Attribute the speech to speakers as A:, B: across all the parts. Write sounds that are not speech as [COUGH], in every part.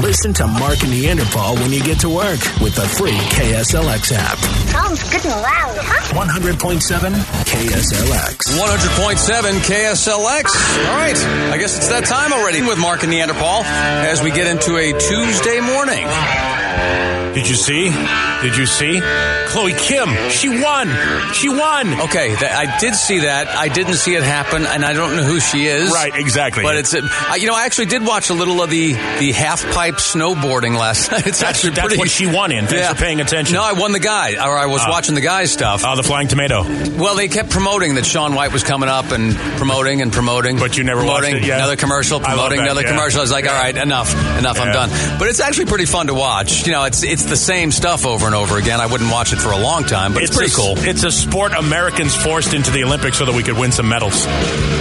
A: Listen to Mark and Neanderthal when you get to work with the free KSLX app.
B: Sounds good and loud, huh?
A: 100.7 KSLX.
C: 100.7 KSLX. All right. I guess it's that time already with Mark and Neanderthal as we get into a Tuesday morning.
D: Did you see? Did you see? Chloe Kim, she won. She won.
C: Okay, that, I did see that. I didn't see it happen, and I don't know who she is.
D: Right, exactly.
C: But it's, uh, I- you know, I actually did watch a little of the the half pipe snowboarding last [LAUGHS] night. It's
D: That's-
C: actually
D: that's
C: pretty.
D: what she won in. Thanks for paying attention.
C: No, I won the guy, or I was watching the guy stuff.
D: Ah, the flying tomato.
C: Well, they kept promoting that Sean White was coming up and promoting and promoting.
D: But you never watched
C: promoting
D: it yet?
C: Another commercial,
D: I love
C: promoting
D: that,
C: another
D: yeah.
C: commercial. I was like, all right, enough, enough, I'm
D: Yeah.
C: done. But it's actually pretty fun to watch. You know, it's it's the same stuff over and over again. I wouldn't watch it for a long time, but it's, pretty
D: a,
C: cool.
D: It's a sport Americans forced into the Olympics so that we could win some medals.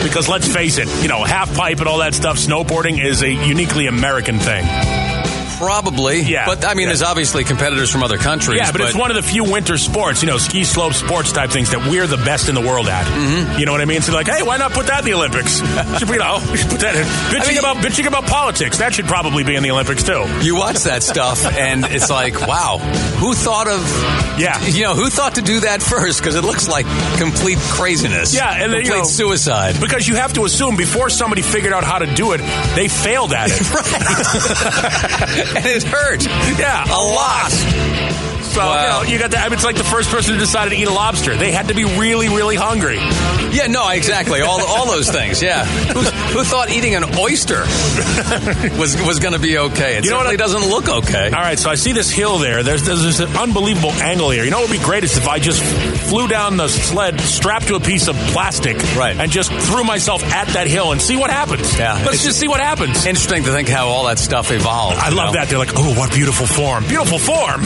D: Because let's face it, you know, half pipe and all that stuff, snowboarding is a uniquely American thing.
C: Probably.
D: Yeah,
C: But I mean,
D: yeah.
C: there's obviously competitors from other countries.
D: Yeah, but, it's one of the few winter sports, you know, ski slope sports type things that we're the best in the world at. You know what I mean? So like, hey, why not put that in the [LAUGHS] Olympics? should we, you know, we should put that in. Bitching
C: I mean-
D: about bitching about politics. That should probably be in the Olympics too.
C: You watch that stuff, and it's like, wow, who thought of,
D: Yeah.
C: you know, who thought to do that first? Because it looks like complete craziness.
D: Yeah, and then, you
C: complete
D: know- [LAUGHS]
C: suicide.
D: Because you have to assume before somebody figured out how to do it, they failed at it.
C: Right. [LAUGHS] and it hurt.
D: Yeah,
C: A lot.
D: So
C: Wow.
D: you, know, you got that. I mean, it's like the first person who decided to eat a lobster. They had to be really, really hungry.
C: Yeah, no, exactly. All, all those things. Yeah. Who, who thought eating an oyster was was going to be okay? It
D: You know what
C: certainly
D: I-
C: doesn't look okay.
D: All right, so I see this hill there. There's, there's this unbelievable angle here. You know what would be great is if I just flew down the sled strapped to a piece of plastic
C: Right.
D: and just threw myself at that hill and see what happens.
C: Yeah.
D: Let's
C: It's-
D: just see what happens.
C: Interesting to think how all that stuff evolved.
D: I
C: you
D: love
C: know?
D: that. They're like, oh, what beautiful form. Beautiful form. [LAUGHS]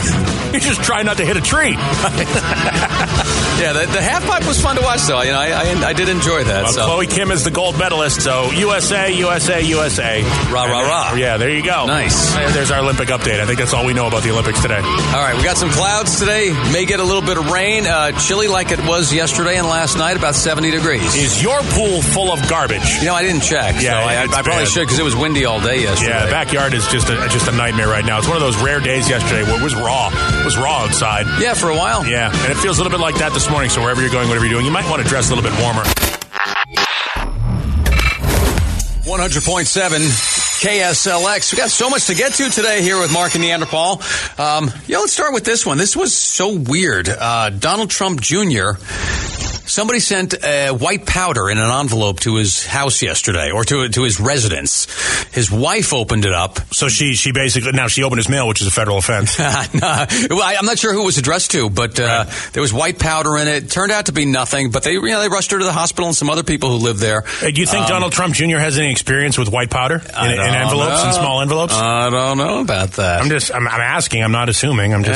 D: You're just trying not to hit a tree.
C: Yeah, the, the half pipe was fun to watch, though. You know, I, I, I did enjoy that.
D: Uh,
C: so.
D: Chloe Kim is the gold medalist, so USA, USA, USA.
C: Rah,
D: And
C: rah,
D: there-
C: rah.
D: Yeah, there you go.
C: Nice.
D: There- There's our Olympic update. I think that's all we know about the Olympics today.
C: All right, we got some clouds today. May get a little bit of rain. Uh, chilly like it was yesterday and last night, about 70 degrees.
D: Is your pool full of garbage?
C: You know, I didn't check.
D: Yeah,
C: so I,
D: it's
C: I probably
D: bad.
C: should because it was windy all day yesterday.
D: Yeah, the backyard is just a, just a nightmare right now. It's one of those rare days yesterday where it was raw. It was raw outside.
C: Yeah, for a while.
D: Yeah, and it feels a little bit like that this morning. So wherever you're going, whatever you're doing, you might want to dress a little bit warmer.
C: 100.7 KSLX. We got so much to get to today here with Mark and Neanderthal. Um, yeah, let's start with this one. This was so weird. Uh, Donald Trump Jr. Somebody sent uh, white powder in an envelope to his house yesterday, or to to his residence. His wife opened it up. [LAUGHS]
D: So she she basically now she opened his mail, which is a federal [LAUGHS] offense.
C: Nah, well, I, I'm not sure who it was addressed to, but uh, there was white powder in it. Turned out to be nothing, but they you know they rushed her to the hospital and some other people who lived there.
D: Hey, do you think Donald Trump Jr. has any experience with white powder in, in
C: don't
D: envelopes and
C: know.
D: small envelopes?
C: I don't know about that.
D: I'm just I'm, I'm asking. I'm not assuming. I'm just.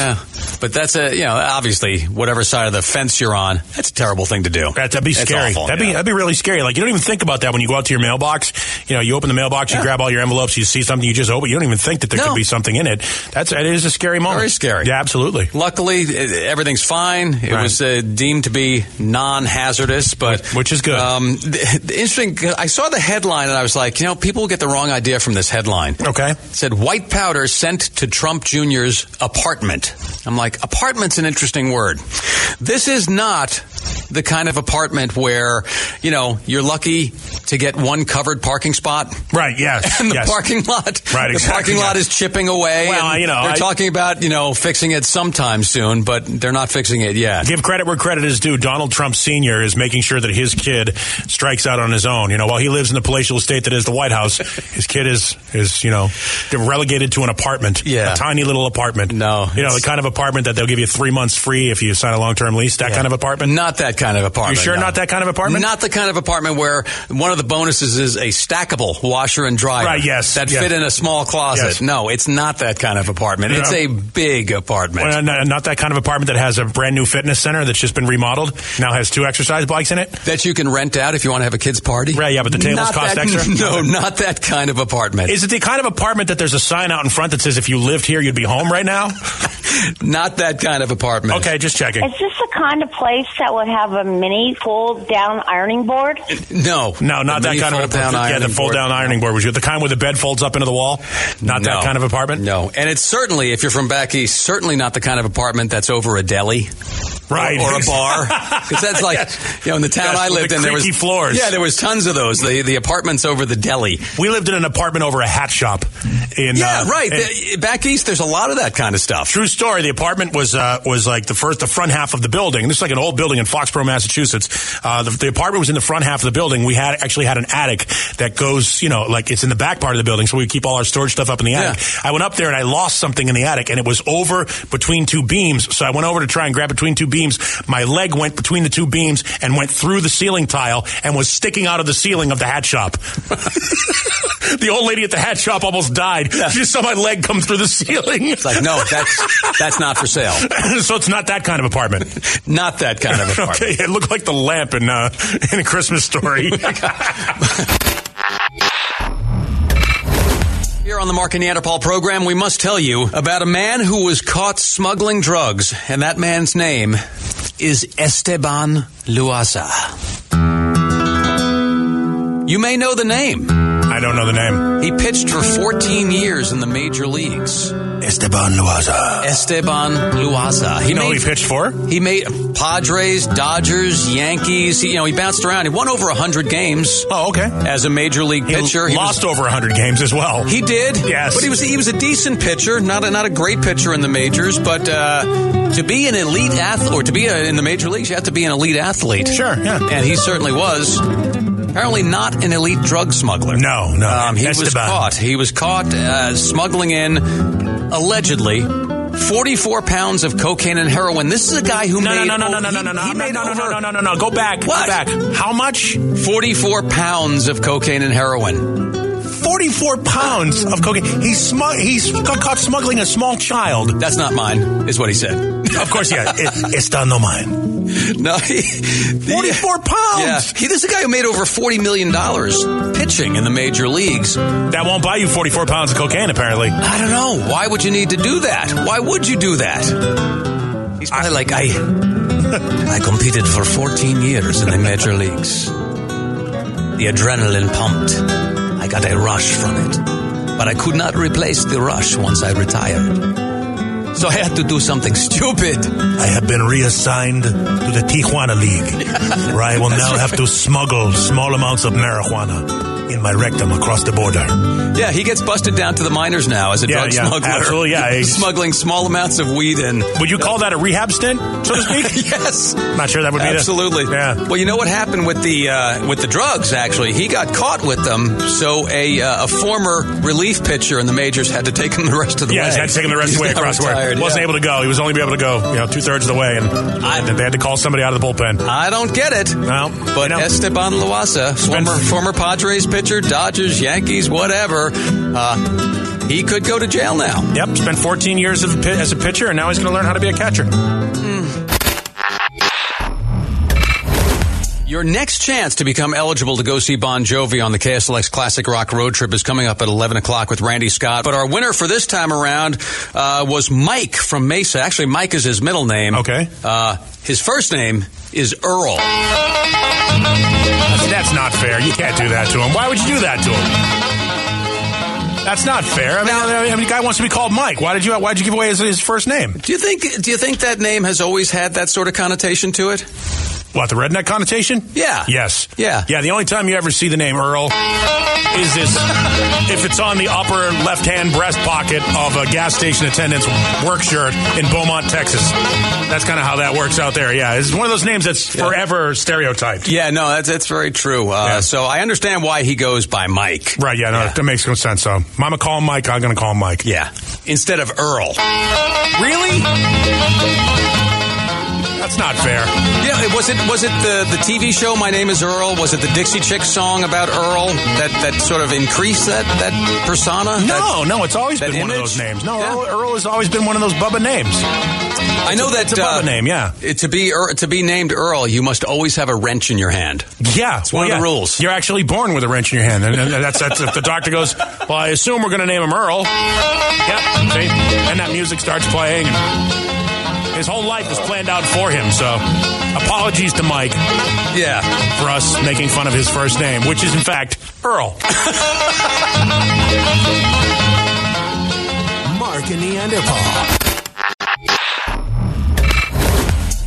C: Yeah, but that's a you know obviously whatever side of the fence you're on, that's a terrible thing to do.
D: That, that'd be
C: It's
D: scary.
C: awful,
D: that'd be
C: yeah.
D: that'd be really scary. Like you don't even think about that when you go out to your mailbox. You know, you open the mailbox, you grab all your envelopes, you see something, you just open. You don't even think that there
C: No.
D: could be something in it. That's that is a scary moment.
C: Very scary.
D: Yeah, absolutely.
C: Luckily, eh, everything's fine. It
D: Right.
C: was uh, deemed to be non-hazardous, but
D: Which is good.
C: Um, the, the interesting. 'cause I saw the headline and I was like, you know, people get the wrong idea from this headline.
D: Okay.
C: It said white powder sent to Trump Jr.'s apartment. I'm like, apartment's an interesting word. This is not the kind of apartment where, you know, you're lucky to get one covered parking spot.
D: Right.
C: [LAUGHS]
D: Yes.
C: And the
D: yes.
C: parking lot,
D: Right,
C: the
D: exactly,
C: parking lot
D: yeah.
C: is chipping away.
D: Well,
C: and
D: you know,
C: they're
D: I-
C: talking about you know fixing it sometime soon, but they're not fixing it yet.
D: Give credit where credit is due. Donald Trump Sr. is making sure that his kid strikes out on his own. You know, while he lives in the palatial estate that is the
C: [LAUGHS]
D: White House, his kid is is you know relegated to an apartment,
C: Yeah.
D: a tiny little apartment.
C: No,
D: you know the
C: it's-
D: kind of apartment that they'll give you three months free if you sign a long term lease. That kind of apartment.
C: Not that kind of apartment.
D: You sure
C: no.
D: not that kind of apartment?
C: Not the kind of apartment where one of the bonuses is a stackable washer and dryer.
D: Right, yes,
C: That
D: yes.
C: fit in a small closet.
D: Yes.
C: No, it's not that kind of apartment. It's
D: No.
C: a big apartment.
D: Well, not, not that kind of apartment that has a brand new fitness center that's just been remodeled. Now has two exercise bikes in it.
C: that you can rent out if you want to have a kid's party.
D: Right, yeah, but the tables
C: Not
D: cost
C: that-
D: extra.
C: [LAUGHS] No, not that kind of apartment. [LAUGHS]
D: Is it the kind of apartment that there's a sign out in front that says if you lived here you'd be home right now?
C: Not that kind of apartment.
D: Okay, just checking.
B: Is this the kind of place that would have a mini fold down ironing board?
C: No,
D: No, not
C: The
D: that
C: mini
D: kind
C: fold-down
D: of apartment. Yeah, the
C: ironing
D: fold
C: board.
D: down ironing board was you. The kind where the bed folds up into the wall. Not
C: No.
D: that kind of apartment.
C: No, and it's certainly if you're from back east, certainly not the kind of apartment that's over a deli.
D: Right.
C: or,
D: [LAUGHS]
C: a bar because that's like you know in the town
D: Yes,
C: I
D: with
C: lived
D: the
C: in there was
D: creaky floors.
C: Yeah, there was tons of those. The the apartments over the deli.
D: We lived in an apartment over a hat shop. In,
C: Yeah,
D: uh,
C: right.
D: in-
C: The- back east, there's a lot of that kind of stuff.
D: True story. The apartment was uh, was like the first, the front half of the building. This is like an old building in Foxborough, Massachusetts. Uh, the, the apartment was in the front half of the building. We had actually had an attic that goes, you know, like it's in the back part of the building, so we keep all our storage stuff up in the attic. I went up there and I lost something in the attic, and it was over between two beams. So I went over to try and grab between two beams. My leg went between the two beams and went through the ceiling tile and was sticking out of the ceiling of the
C: [LAUGHS]
D: hat shop. the old lady at the hat shop almost died. She just saw my leg come through the ceiling.
C: It's like no, that's that's not for sale.
D: [COUGHS] so it's not that kind of apartment.
C: Not [LAUGHS] that kind of
D: [LAUGHS]
C: apartment.
D: okay, it looked like the lamp in uh, [LAUGHS] in a Christmas
C: [LAUGHS]
D: story.
C: Here on the Mark and Neanderthal program, we must tell you about a man who was caught smuggling drugs, and that man's name is Esteban Luaza. You may know the name.
D: I don't know the name.
C: He pitched for 14 years in the major leagues.
D: Esteban Loaza.
C: Esteban Luaza. He
D: You know who
C: made,
D: he pitched for?
C: he made Padres, Dodgers, Yankees. He, you know, he bounced around. He won over 100 games
D: Oh, okay.
C: as a major league
D: He
C: pitcher. He was-
D: lost over 100 games as well.
C: He did.
D: Yes.
C: But he was he was a decent pitcher, not a, not a great pitcher in the majors, but uh, to be an elite athlete or to be a, in the major leagues, you have to be an elite athlete.
D: Sure, yeah.
C: And he certainly was. Apparently, not an elite drug smuggler.
D: No, no.
C: Um, he was
D: Esteban.
C: caught. He was caught uh, smuggling in allegedly. 44 pounds of cocaine and heroin. This is a guy who
D: no, no,
C: made
D: no, no, no,
C: oh,
D: no, no,
C: he-
D: no, no,
C: he
D: no,
C: made
D: no, no,
C: over
D: no, no, no, no, no. Go back.
C: What?
D: Go back. How much?
C: 44 pounds of cocaine and heroin.
D: 44 pounds of cocaine. He smug- he's got caught smuggling a small child.
C: That's not mine, is what he said. [LAUGHS]
D: Of course, yeah. It, it's done no mine.
C: No, he,
D: 44
C: Yeah,
D: pounds.
C: he, this is a guy who made over forty million dollars pitching in the major leagues. I
D: That won't buy you 44 pounds of cocaine, apparently.
C: don't know why would you need to do that. Why would you do that? He's probably like
D: [LAUGHS]
C: I. I competed for fourteen years in the major leagues. The adrenaline pumped. I got a rush from it, but I could not replace the rush once I retired. So I had to do something [LAUGHS] stupid.
D: I have been reassigned to the Tijuana League, where I will now have to smuggle small amounts of marijuana in my rectum across the border.
C: Yeah, he gets busted down to the minors now as a
D: Yeah,
C: drug
D: yeah,
C: smuggler. [LAUGHS]
D: absolutely, yeah. He's-
C: smuggling small amounts of weed and
D: Would you call that a rehab stint, so to speak?
C: [LAUGHS] yes,
D: [LAUGHS] Not sure that would be the-
C: absolutely.
D: yeah.
C: Well, you know what happened with the uh, with the drugs? Actually, he got caught with them. So a uh, a former relief pitcher in the majors had to take him the rest of the
D: Yeah,
C: way.
D: he's had to take him the rest
C: He's [LAUGHS]
D: of the way
C: now
D: across.
C: retired,
D: Where wasn't
C: yeah.
D: able to go. He was only be able to go, you know, two thirds of the way, and they had to call somebody out of the bullpen.
C: I don't get it.
D: Well,
C: But
D: you know.
C: Esteban Loasa,
D: been-
C: former former Padres pitcher, Dodgers, Yankees, whatever, uh, he could go to jail now.
D: Yep, spent 14 years of a pi- as a pitcher, and now he's going to learn how to be a catcher.
C: Your next chance to become eligible to go see Bon Jovi on the KSLX Classic Rock Road Trip is coming up at 11 o'clock with Randy Scott. But our winner for this time around uh, was Mike from Mesa. Actually, Mike is his middle name.
D: Okay.
C: Uh, his first name is Earl.
D: That's not fair. You can't do that to him. Why would you do that to him? That's not fair. I mean, I mean, the guy wants to be called Mike. Why did you? Why did you give away his, his first name?
C: Do you think Do you think that name has always had that sort of connotation to it?
D: What the redneck connotation?
C: Yeah.
D: Yes.
C: Yeah.
D: Yeah. The only time you ever see the name Earl is this if it's on the upper left hand breast pocket of a gas station attendant's work shirt in Beaumont, Texas. That's kind of how that works out there. Yeah. It's one of those names that's forever stereotyped.
C: Yeah, no, that's that's very true. Uh,
D: Yeah.
C: So I understand why he goes by Mike.
D: Right. Yeah. No, That makes no sense. So, Mama, call him Mike. I'm going to call him Mike.
C: Yeah, instead of Earl.
D: Really? That's not fair.
C: Yeah, it- was it was it the, the TV show My Name Is Earl? Was it the Dixie Chick song about Earl that, that sort of increased that that persona?
D: No,
C: That-
D: no, it's always
C: that
D: been one of
C: image?
D: those names. No,
C: Yeah. Uh,
D: Earl, Earl has always been one of those Bubba names.
C: I know that uh,
D: It's a Bubba name, yeah.
C: it- To be Ear- to be named Earl, you must always have a wrench in your hand.
D: Yeah, it's
C: one of the rules.
D: You're actually born with a wrench in your hand, and, and that's that's if the doctor goes. Well, I assume we're going to name him Earl. Yep, See? And that music starts playing. and his whole life was planned out for him. So, apologies to Mike
C: Yeah.
D: for us making fun of his first name, which is in fact Earl.
A: Mark and Neanderthal.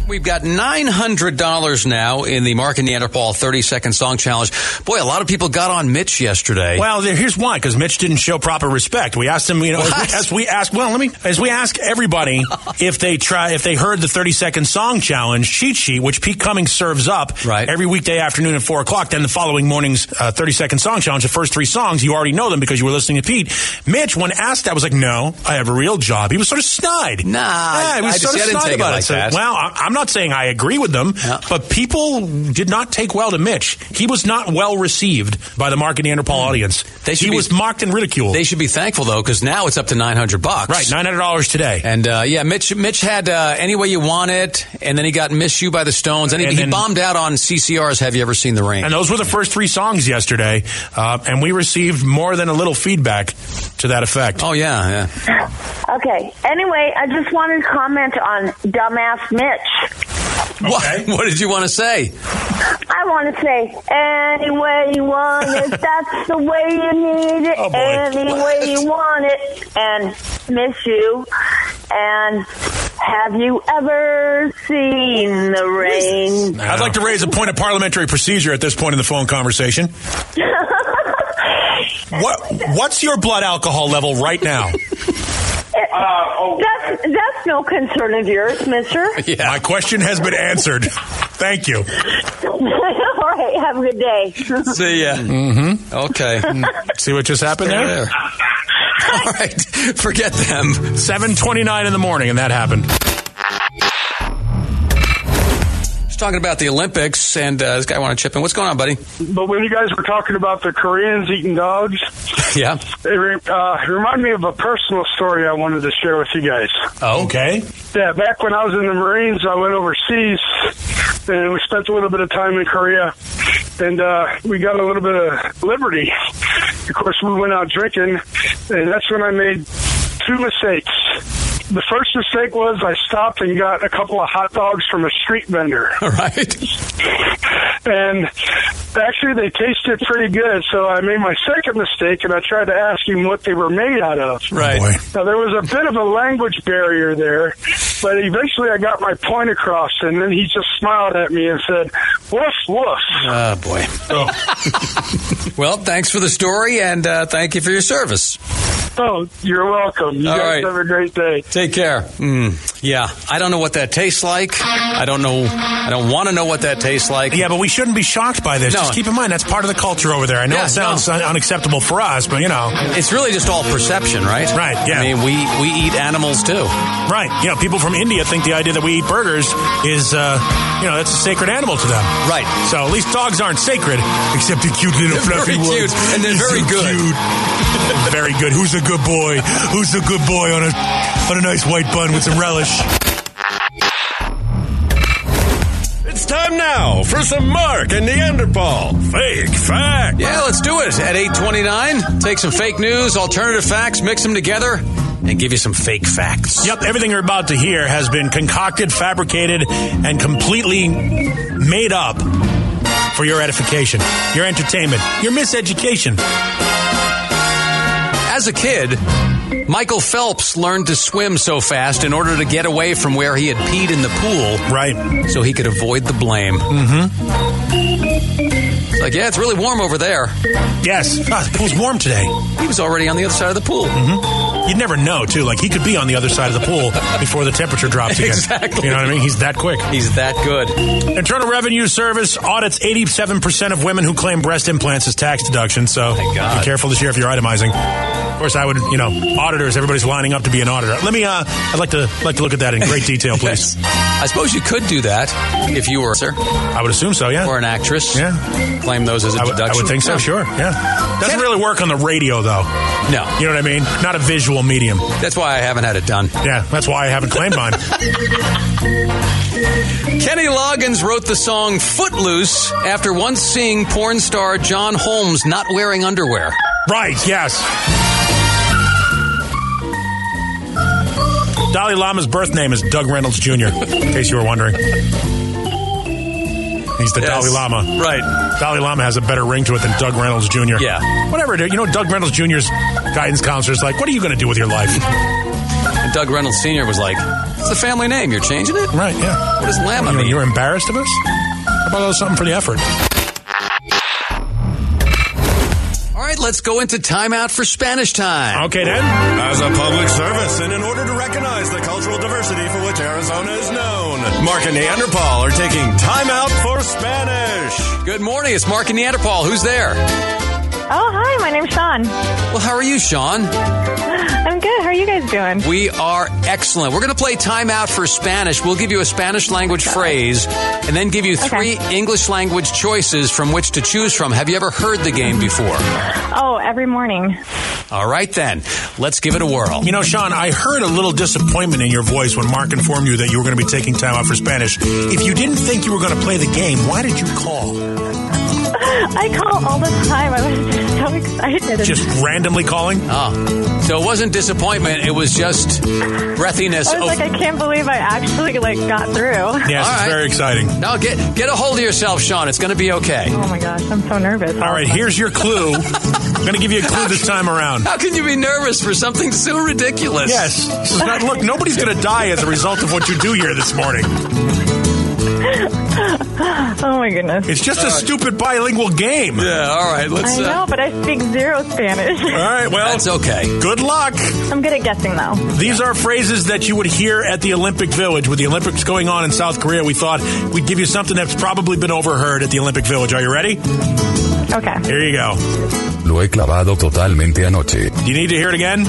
C: We've got $900 now in the Mark and Neanderthal 30 second song challenge. Boy, a lot of people got on Mitch yesterday.
D: Well, there, here's why: because Mitch didn't show proper respect. We asked him, you know, as we, as we ask, well, let me, as we ask everybody
C: [LAUGHS]
D: if they try, if they heard the 30 second song challenge cheat sheet, which Pete Cummings serves up
C: Right.
D: every weekday afternoon at four o'clock. Then the following morning's uh, 30 second song challenge. The first three songs you already know them because you were listening to Pete. Mitch, when asked that, was like, "No, I have a real job." He was sort of snide.
C: Nah,
D: yeah, he was
C: I- I
D: sort
C: see,
D: of
C: I didn't
D: snide
C: take it
D: about
C: like
D: So,
C: that.
D: well, I, I'm not saying I agree with them,
C: Yeah.
D: but people did not take well to Mitch. He was not well received by the Mark and Neanderthal audience.
C: Mm. They should
D: he
C: be-
D: was mocked and ridiculed.
C: They should be thankful though, because now it's up to 900 bucks.
D: right, nine hundred dollars today.
C: And uh, yeah, Mitch. Mitch had uh, any way you want it, and then he got "Miss You" by the Stones, and he,
D: And
C: he
D: then-
C: bombed out on CCR's "Have You Ever Seen the Rain."
D: and those were the first three songs yesterday, uh, and we received more than a little feedback to that effect.
C: oh yeah, yeah.
B: Okay. Anyway, I just wanted to comment on dumbass Mitch.
C: What, what did you want to say? [LAUGHS]
B: I want to say, any way you want [LAUGHS] it, that's the way you need it.
D: Oh, boy.
B: any
D: [LAUGHS]
B: way you want it, and miss you. And have you ever seen the rain?
D: I'd like to raise a point of parliamentary procedure at this point in the phone conversation.
C: [LAUGHS]
D: what What's your blood alcohol level right now?
C: [LAUGHS]
B: Uh, oh. That's that's no concern of
D: [LAUGHS]
B: yours, Mister.
D: My question has been answered. Thank you.
B: [LAUGHS] All right. Have a good day.
C: See ya. Mm-hmm. Okay.
D: See what just happened
C: There,
D: there?
C: there. All right. Forget them.
D: 7:29 in the morning, and that happened.
C: Just talking about the Olympics, and uh, this guy wanted to chip in. What's going on, buddy? [LAUGHS]
E: But when you guys were talking about the Koreans eating dogs,
C: Yeah.
E: it re- uh, reminded me of a personal story I wanted to share with you guys.
D: Oh, okay.
E: Yeah, back when I was in the Marines, I went overseas and we spent a little bit of time in Korea, and uh, we got a little bit of liberty. Of course, we went out drinking, and that's when I made two mistakes. The first mistake was I stopped and got a couple of hot dogs from a street vendor.
C: All right.
E: and actually they tasted pretty good. So I made my second mistake, and I tried to ask him what they were made out of.
C: Right.
D: Boy.
E: Now there was a bit of a language barrier there, but eventually I got my point across, and then he just smiled at me and said, "Woof, woof."
C: Oh boy. [LAUGHS] well, thanks for the story, and uh, thank you for your service.
E: Oh, you're welcome. You
C: All
E: guys
C: right.
E: have a great day.
C: Take care. Mm, yeah, I don't know what that tastes like. I don't know. I don't want to know what that tastes like.
D: Yeah, but we shouldn't be shocked by this.
C: No.
D: Just keep in mind that's part of the culture over there. I know
C: Yeah,
D: it sounds un- unacceptable for us, but you know,
C: It's really just all perception, right?
D: Right,
C: I
D: yeah.
C: mean, we we eat animals too.
D: right? You know, people from India think the idea that we eat burgers is, uh, you know, that's a sacred animal to them.
C: Right.
D: So at least dogs aren't sacred, except the cute little
C: very
D: fluffy ones.
C: cute, and they're
D: He's
C: very
D: so
C: good.
D: cute. [LAUGHS] very good. Who's a good boy? Who's a good boy on a on a nice white bun with some relish?
F: It's time now for some Mark and Neanderthal fake fact.
C: Yeah, let's do it at eight twenty nine. Take some fake news, alternative facts, mix them together, and give you some fake facts.
D: Yep, everything you're about to hear has been concocted, fabricated, and completely made up for your edification, your entertainment, your miseducation.
C: As a kid, Michael Phelps learned to swim so fast in order to get away from where he had peed in the pool.
D: Right.
C: so he could avoid the blame. Mm-hmm.
D: Mm-hmm.
C: It's like, yeah, it's really warm over there.
D: Yes. Ah, the pool's warm today.
C: He was already on the other side of the pool.
D: Mm-hmm. You'd never know, too. Like, he could be on the other side of the pool before the temperature drops again.
C: Exactly.
D: You know what I mean? He's that quick.
C: He's that good.
D: Internal Revenue Service audits 87% of women who claim breast implants as tax deductions, so
C: Thank God.
D: be careful this year if you're itemizing. Of course, I would, you know, auditors, everybody's lining up to be an auditor. Let me, uh, I'd like to like to look at that in
C: [LAUGHS]
D: great detail, please.
C: I suppose you could do that if you were a sir
D: I would assume so, yeah.
C: or an actress.
D: Yeah.
C: Claim those as a
D: I would,
C: deduction.
D: I would think so,
C: Yeah.
D: sure. Yeah. Doesn't
C: Can-
D: really work on the radio, though.
C: No.
D: You know what I mean? Not a visual medium.
C: That's why I haven't had it done.
D: Yeah, that's why I haven't
C: [LAUGHS]
D: claimed mine.
C: Kenny Loggins wrote the song Footloose after once seeing porn star John Holmes not wearing underwear.
D: right, yes. Dalai Lama's birth name is Doug Reynolds Jr., in case you were wondering. He's the Dalai Lama.
C: Right.
D: Dalai Lama has a better ring to it than Doug Reynolds Jr.
C: Yeah.
D: Whatever, dude. You know, Doug Reynolds Jr.'s guidance counselor is like, what are you going to do with your life?
C: And Doug Reynolds Sr. was like, it's the family name. You're changing it?
D: Right, yeah.
C: What does Lama
D: You,
C: mean?
D: you're embarrassed of us? How about a little something for the effort?
C: All right, let's go into timeout for Spanish time.
D: Okay, then.
F: As a public service, and in order to recognize the cultural diversity for which Arizona is known, Mark and Neanderthal are taking time out for Spanish.
C: Good morning. It's Mark and Neanderthal. Who's there?
G: Oh, hi, my name's Sean.
C: Well, how are you, Sean?
G: I'm good. How are you guys doing?
C: We are excellent. We're going to play timeout for Spanish. We'll give you a Spanish language phrase and then give you three English language choices from which to choose from. Have you ever heard the game before?
G: Oh, every morning.
C: All right, then. Let's give it a whirl.
D: You know, Sean, I heard a little disappointment in your voice when Mark informed you that you were going to be taking time out for Spanish. If you didn't think you were going to play the game, why did you call?
G: I call all the time. I was just so excited.
D: Just randomly calling?
C: Ah. So it wasn't disappointment, it was just breathiness.
G: I was like, I can't believe I actually like got through.
D: yes,
C: all
D: it's
C: right.
D: very exciting.
C: no, Oh, get get a hold of yourself, Sean. It's going to be okay.
G: Oh my gosh, I'm so nervous.
D: All right, here's
C: [LAUGHS]
D: your clue. I'm going to give you a clue this time around.
C: How can you be nervous for something so ridiculous?
D: Yes. This is not, look, nobody's going to die as a result of what you do here this morning.
G: Oh my goodness.
D: It's just a stupid bilingual game.
C: Uh, Yeah. All right. Let's.
G: I know, but I speak zero Spanish. [LAUGHS]
D: All right,
C: Uh,
D: well,
C: that's okay.
D: good luck.
G: I'm good at guessing though.
D: These are phrases that you would hear at the Olympic Village. With the Olympics going on in South Korea, we thought we'd give you something that's probably been overheard at the Olympic Village. Are you ready?
G: Okay.
D: Here you go.
H: Lo he clavado totalmente anoche.
D: Do you need to hear it again?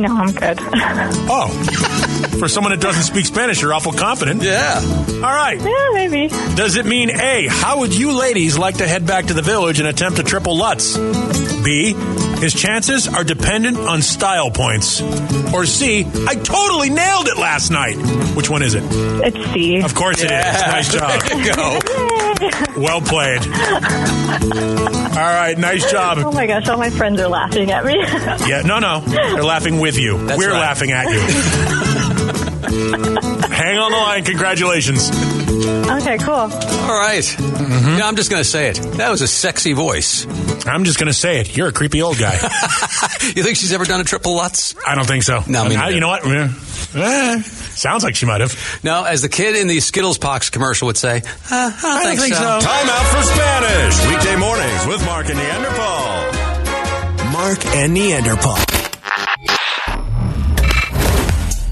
G: No, I'm [LAUGHS] good. yeah,
D: Oh. [LAUGHS] For someone that doesn't speak Spanish, you're awful confident.
C: Yeah.
D: All right.
G: maybe.
D: Does it mean A, how would you ladies like to head back to the village and attempt a triple Lutz? B, his chances are dependent on style points. Or C, I totally nailed it last night. Which one is it?
G: It's [LAUGHS] C.
D: Of course it is.
C: [LAUGHS]
D: Nice job.
C: Go.
D: Well played. All right, nice
G: Oh
D: job.
G: my gosh, all my friends are laughing at me. [LAUGHS]
D: Yeah, no, no, they're laughing with you.
C: That's
D: We're
C: right.
D: laughing at
C: [LAUGHS]
D: you. Hang on the line. Congratulations.
G: okay, cool.
C: All right. No, I'm just going to say it. That was a sexy voice.
D: I'm just gonna say it. You're a creepy old guy.
C: [LAUGHS] You think she's ever done a triple Lutz?
D: I don't think so.
C: No, me
D: I-
C: neither.
D: you know what? Yeah. Eh, sounds like she might have.
C: No, as the kid in the Skittles Pox commercial would say, uh, I don't think, so.
F: Time out for Spanish. Weekday mornings with Mark and Neanderthal.
A: Mark and Neanderthal.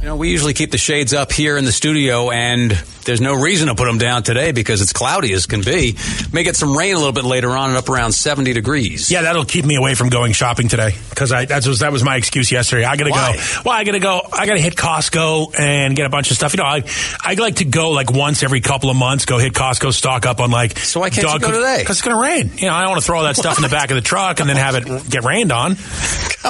C: You know, we usually keep the shades up here in the studio, and there's no reason to put them down today because it's cloudy as can be. May get some rain a little bit later on and up around 70 degrees.
D: Yeah, that'll keep me away from going shopping today because I that's was that was my excuse yesterday. I gotta
C: Why?
D: go. Well, I gotta go. I gotta hit Costco and get a bunch of stuff. You know, I I like to go like once every couple of months. Go hit Costco, stock up on like.
C: So why can't you go today?
D: Because it's gonna rain. You know, I don't want to throw all that stuff in the back of the truck and then have it get
C: [LAUGHS]
D: rained on.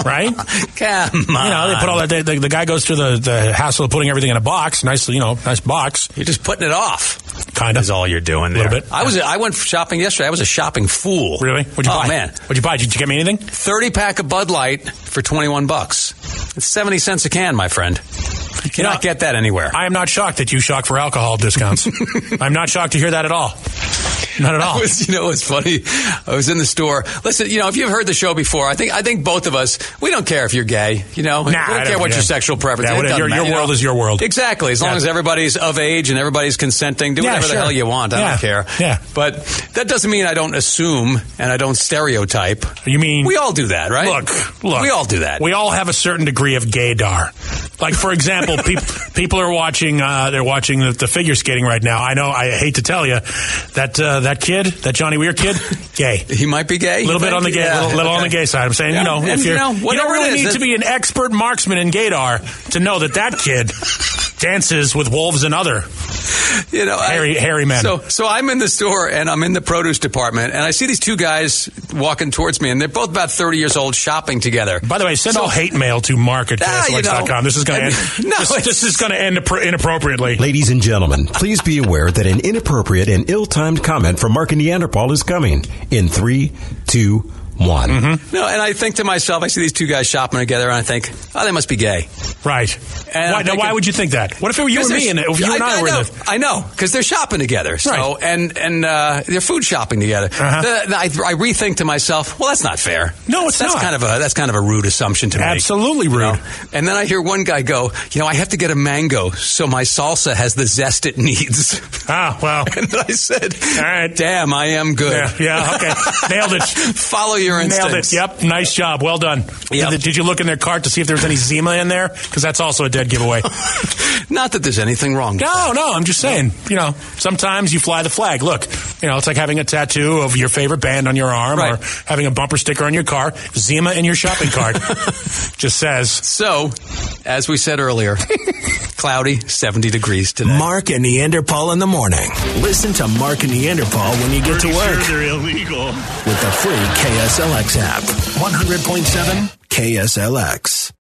D: right?
C: [LAUGHS] Come on.
D: You know, they put all that. The, the guy goes through the, the hassle of putting everything in a box. Nicely, you know, nice box.
C: You're just putting it off.
D: Kind of is all you're doing there. A little bit.
C: I was. I went shopping yesterday. I was a shopping fool.
D: Really? What'd you
C: oh
D: buy?
C: man,
D: What'd you buy? Did you get me anything?
C: thirty pack of Bud Light for twenty one bucks. It's seventy cents a can, my friend. You
D: You know,
C: cannot get that anywhere.
D: I am not shocked that you shock for
C: [LAUGHS]
D: alcohol discounts. I'm not shocked to hear that at all. Not at all.
C: I was, you know, it's funny. I was in the store. Listen, you know, if you've heard the show before, I think I think both of us, we don't care if you're gay. You know, we
D: Nah, I
C: don't care
D: don't-
C: what
D: yeah.
C: your sexual preference.
D: Yeah,
C: is. It doesn't
D: whatever. Your- your
C: matter, you
D: world
C: know?
D: is your world.
C: Exactly. As long
D: Yeah.
C: as everybody's of age and everybody's consenting, do
D: Yeah,
C: whatever the
D: sure.
C: hell you want. I
D: Yeah.
C: don't care.
D: Yeah.
C: But that doesn't mean I don't assume and I don't stereotype.
D: You mean-
C: we all do that, right?
D: Look, look.
C: we all do that.
D: We all have a certain degree of gaydar. Like for example, people
C: [LAUGHS]
D: people are watching. Uh, they're watching the, the figure skating right now. I know. I hate to tell you that uh, that kid, that Johnny Weir kid, gay.
C: he might be gay.
D: A little bit on the gay, little, little on the gay side. I'm saying,
C: Yeah.
D: you know,
C: And,
D: if
C: you
D: you're,
C: know,
D: you
C: whatever
D: don't
C: it
D: really
C: is,
D: need
C: that-
D: to be an expert marksman in gaydar to know that that kid dances with wolves and other
C: [LAUGHS] you know, I-
D: hairy, hairy men.
C: So, so I'm in the store and I'm in the produce department, and I see these two guys walking towards me, and they're both about 30 years old, shopping together.
D: By the way, send
C: So-
D: all hate mail to mark at
C: Ah, you
D: KSLX.com.
C: know.
D: This is going to
C: And-
D: end.
C: [LAUGHS] No,
D: this,
C: it's-
D: this is going to end appro- inappropriately.
I: Ladies and gentlemen, please be aware that an inappropriate and ill-timed comment from Mark and Neanderthal is coming in three, two, one.
C: No, and I think to myself, I see these two guys shopping together, and I think, oh, they must be gay.
D: Right.
C: And I'm
D: why, now, why
C: thinking-
D: would you think that? What if it were you and me and if you and I, were in
C: know,
D: this?
C: I know because they're shopping together. So
D: Right.
C: and and uh, they're food shopping together.
D: Uh-huh.
C: The- the- I, I rethink to myself, well, that's not fair.
D: No, it's
C: that's
D: not.
C: Kind of a that's kind of a rude assumption to
D: Absolutely
C: make. you
D: rude.
C: know? And then I hear one guy go, you know, I have to get a mango so my salsa has the zest it needs. [LAUGHS]
D: Ah, well.
C: and I said,
D: All right.
C: damn, I am good.
D: Yeah,
C: [LAUGHS]
D: yeah, okay. Nailed it.
C: Follow your
D: Nailed it.
C: instincts.
D: Yep. Nice job. Well done.
C: Yep.
D: Did, did you look in their cart to see if there was any Zima in there? Because that's also a
C: [LAUGHS]
D: dead giveaway.
C: [LAUGHS] Not that there's anything wrong. with
D: No, no, I'm just saying. You know, sometimes you fly the flag. Look, you know, it's like having a tattoo of your favorite band on your arm
C: Right.
D: or having a bumper sticker on your car, Zima in your shopping cart. just says.
C: So, as we said earlier, [LAUGHS] cloudy, 70 degrees today.
A: Mark and Neanderthal in the morning. Listen to Mark and Neanderthal when you get to work
J: they're illegal.
A: with the free KSLX app. 100.7 KSLX.